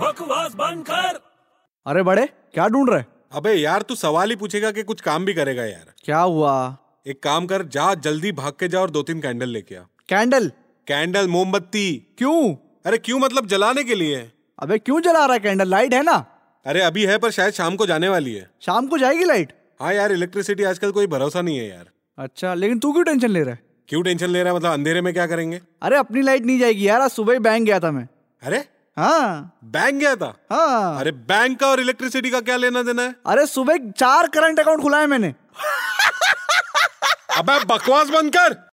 बकवास बंद कर अरे बड़े क्या ढूंढ रहे अबे यार तू सवाल ही पूछेगा कि कुछ काम भी करेगा यार क्या हुआ एक काम कर जा जल्दी भाग के जा और दो तीन कैंडल लेके आ कैंडल कैंडल मोमबत्ती क्यों अरे क्यों मतलब जलाने के लिए अबे क्यों जला रहा है कैंडल लाइट है ना अरे अभी है पर शायद शाम को जाने वाली है शाम को जाएगी लाइट हाँ यार इलेक्ट्रिसिटी आजकल कोई भरोसा नहीं है यार अच्छा लेकिन तू क्यों टेंशन ले रहा है क्यों टेंशन ले रहा है मतलब अंधेरे में क्या करेंगे अरे अपनी लाइट नहीं जाएगी यार आज सुबह ही बैंक गया था मैं अरे हाँ बैंक गया था हाँ अरे बैंक का और इलेक्ट्रिसिटी का क्या लेना देना है अरे सुबह चार करंट अकाउंट खुला है मैंने अबे बकवास बंद कर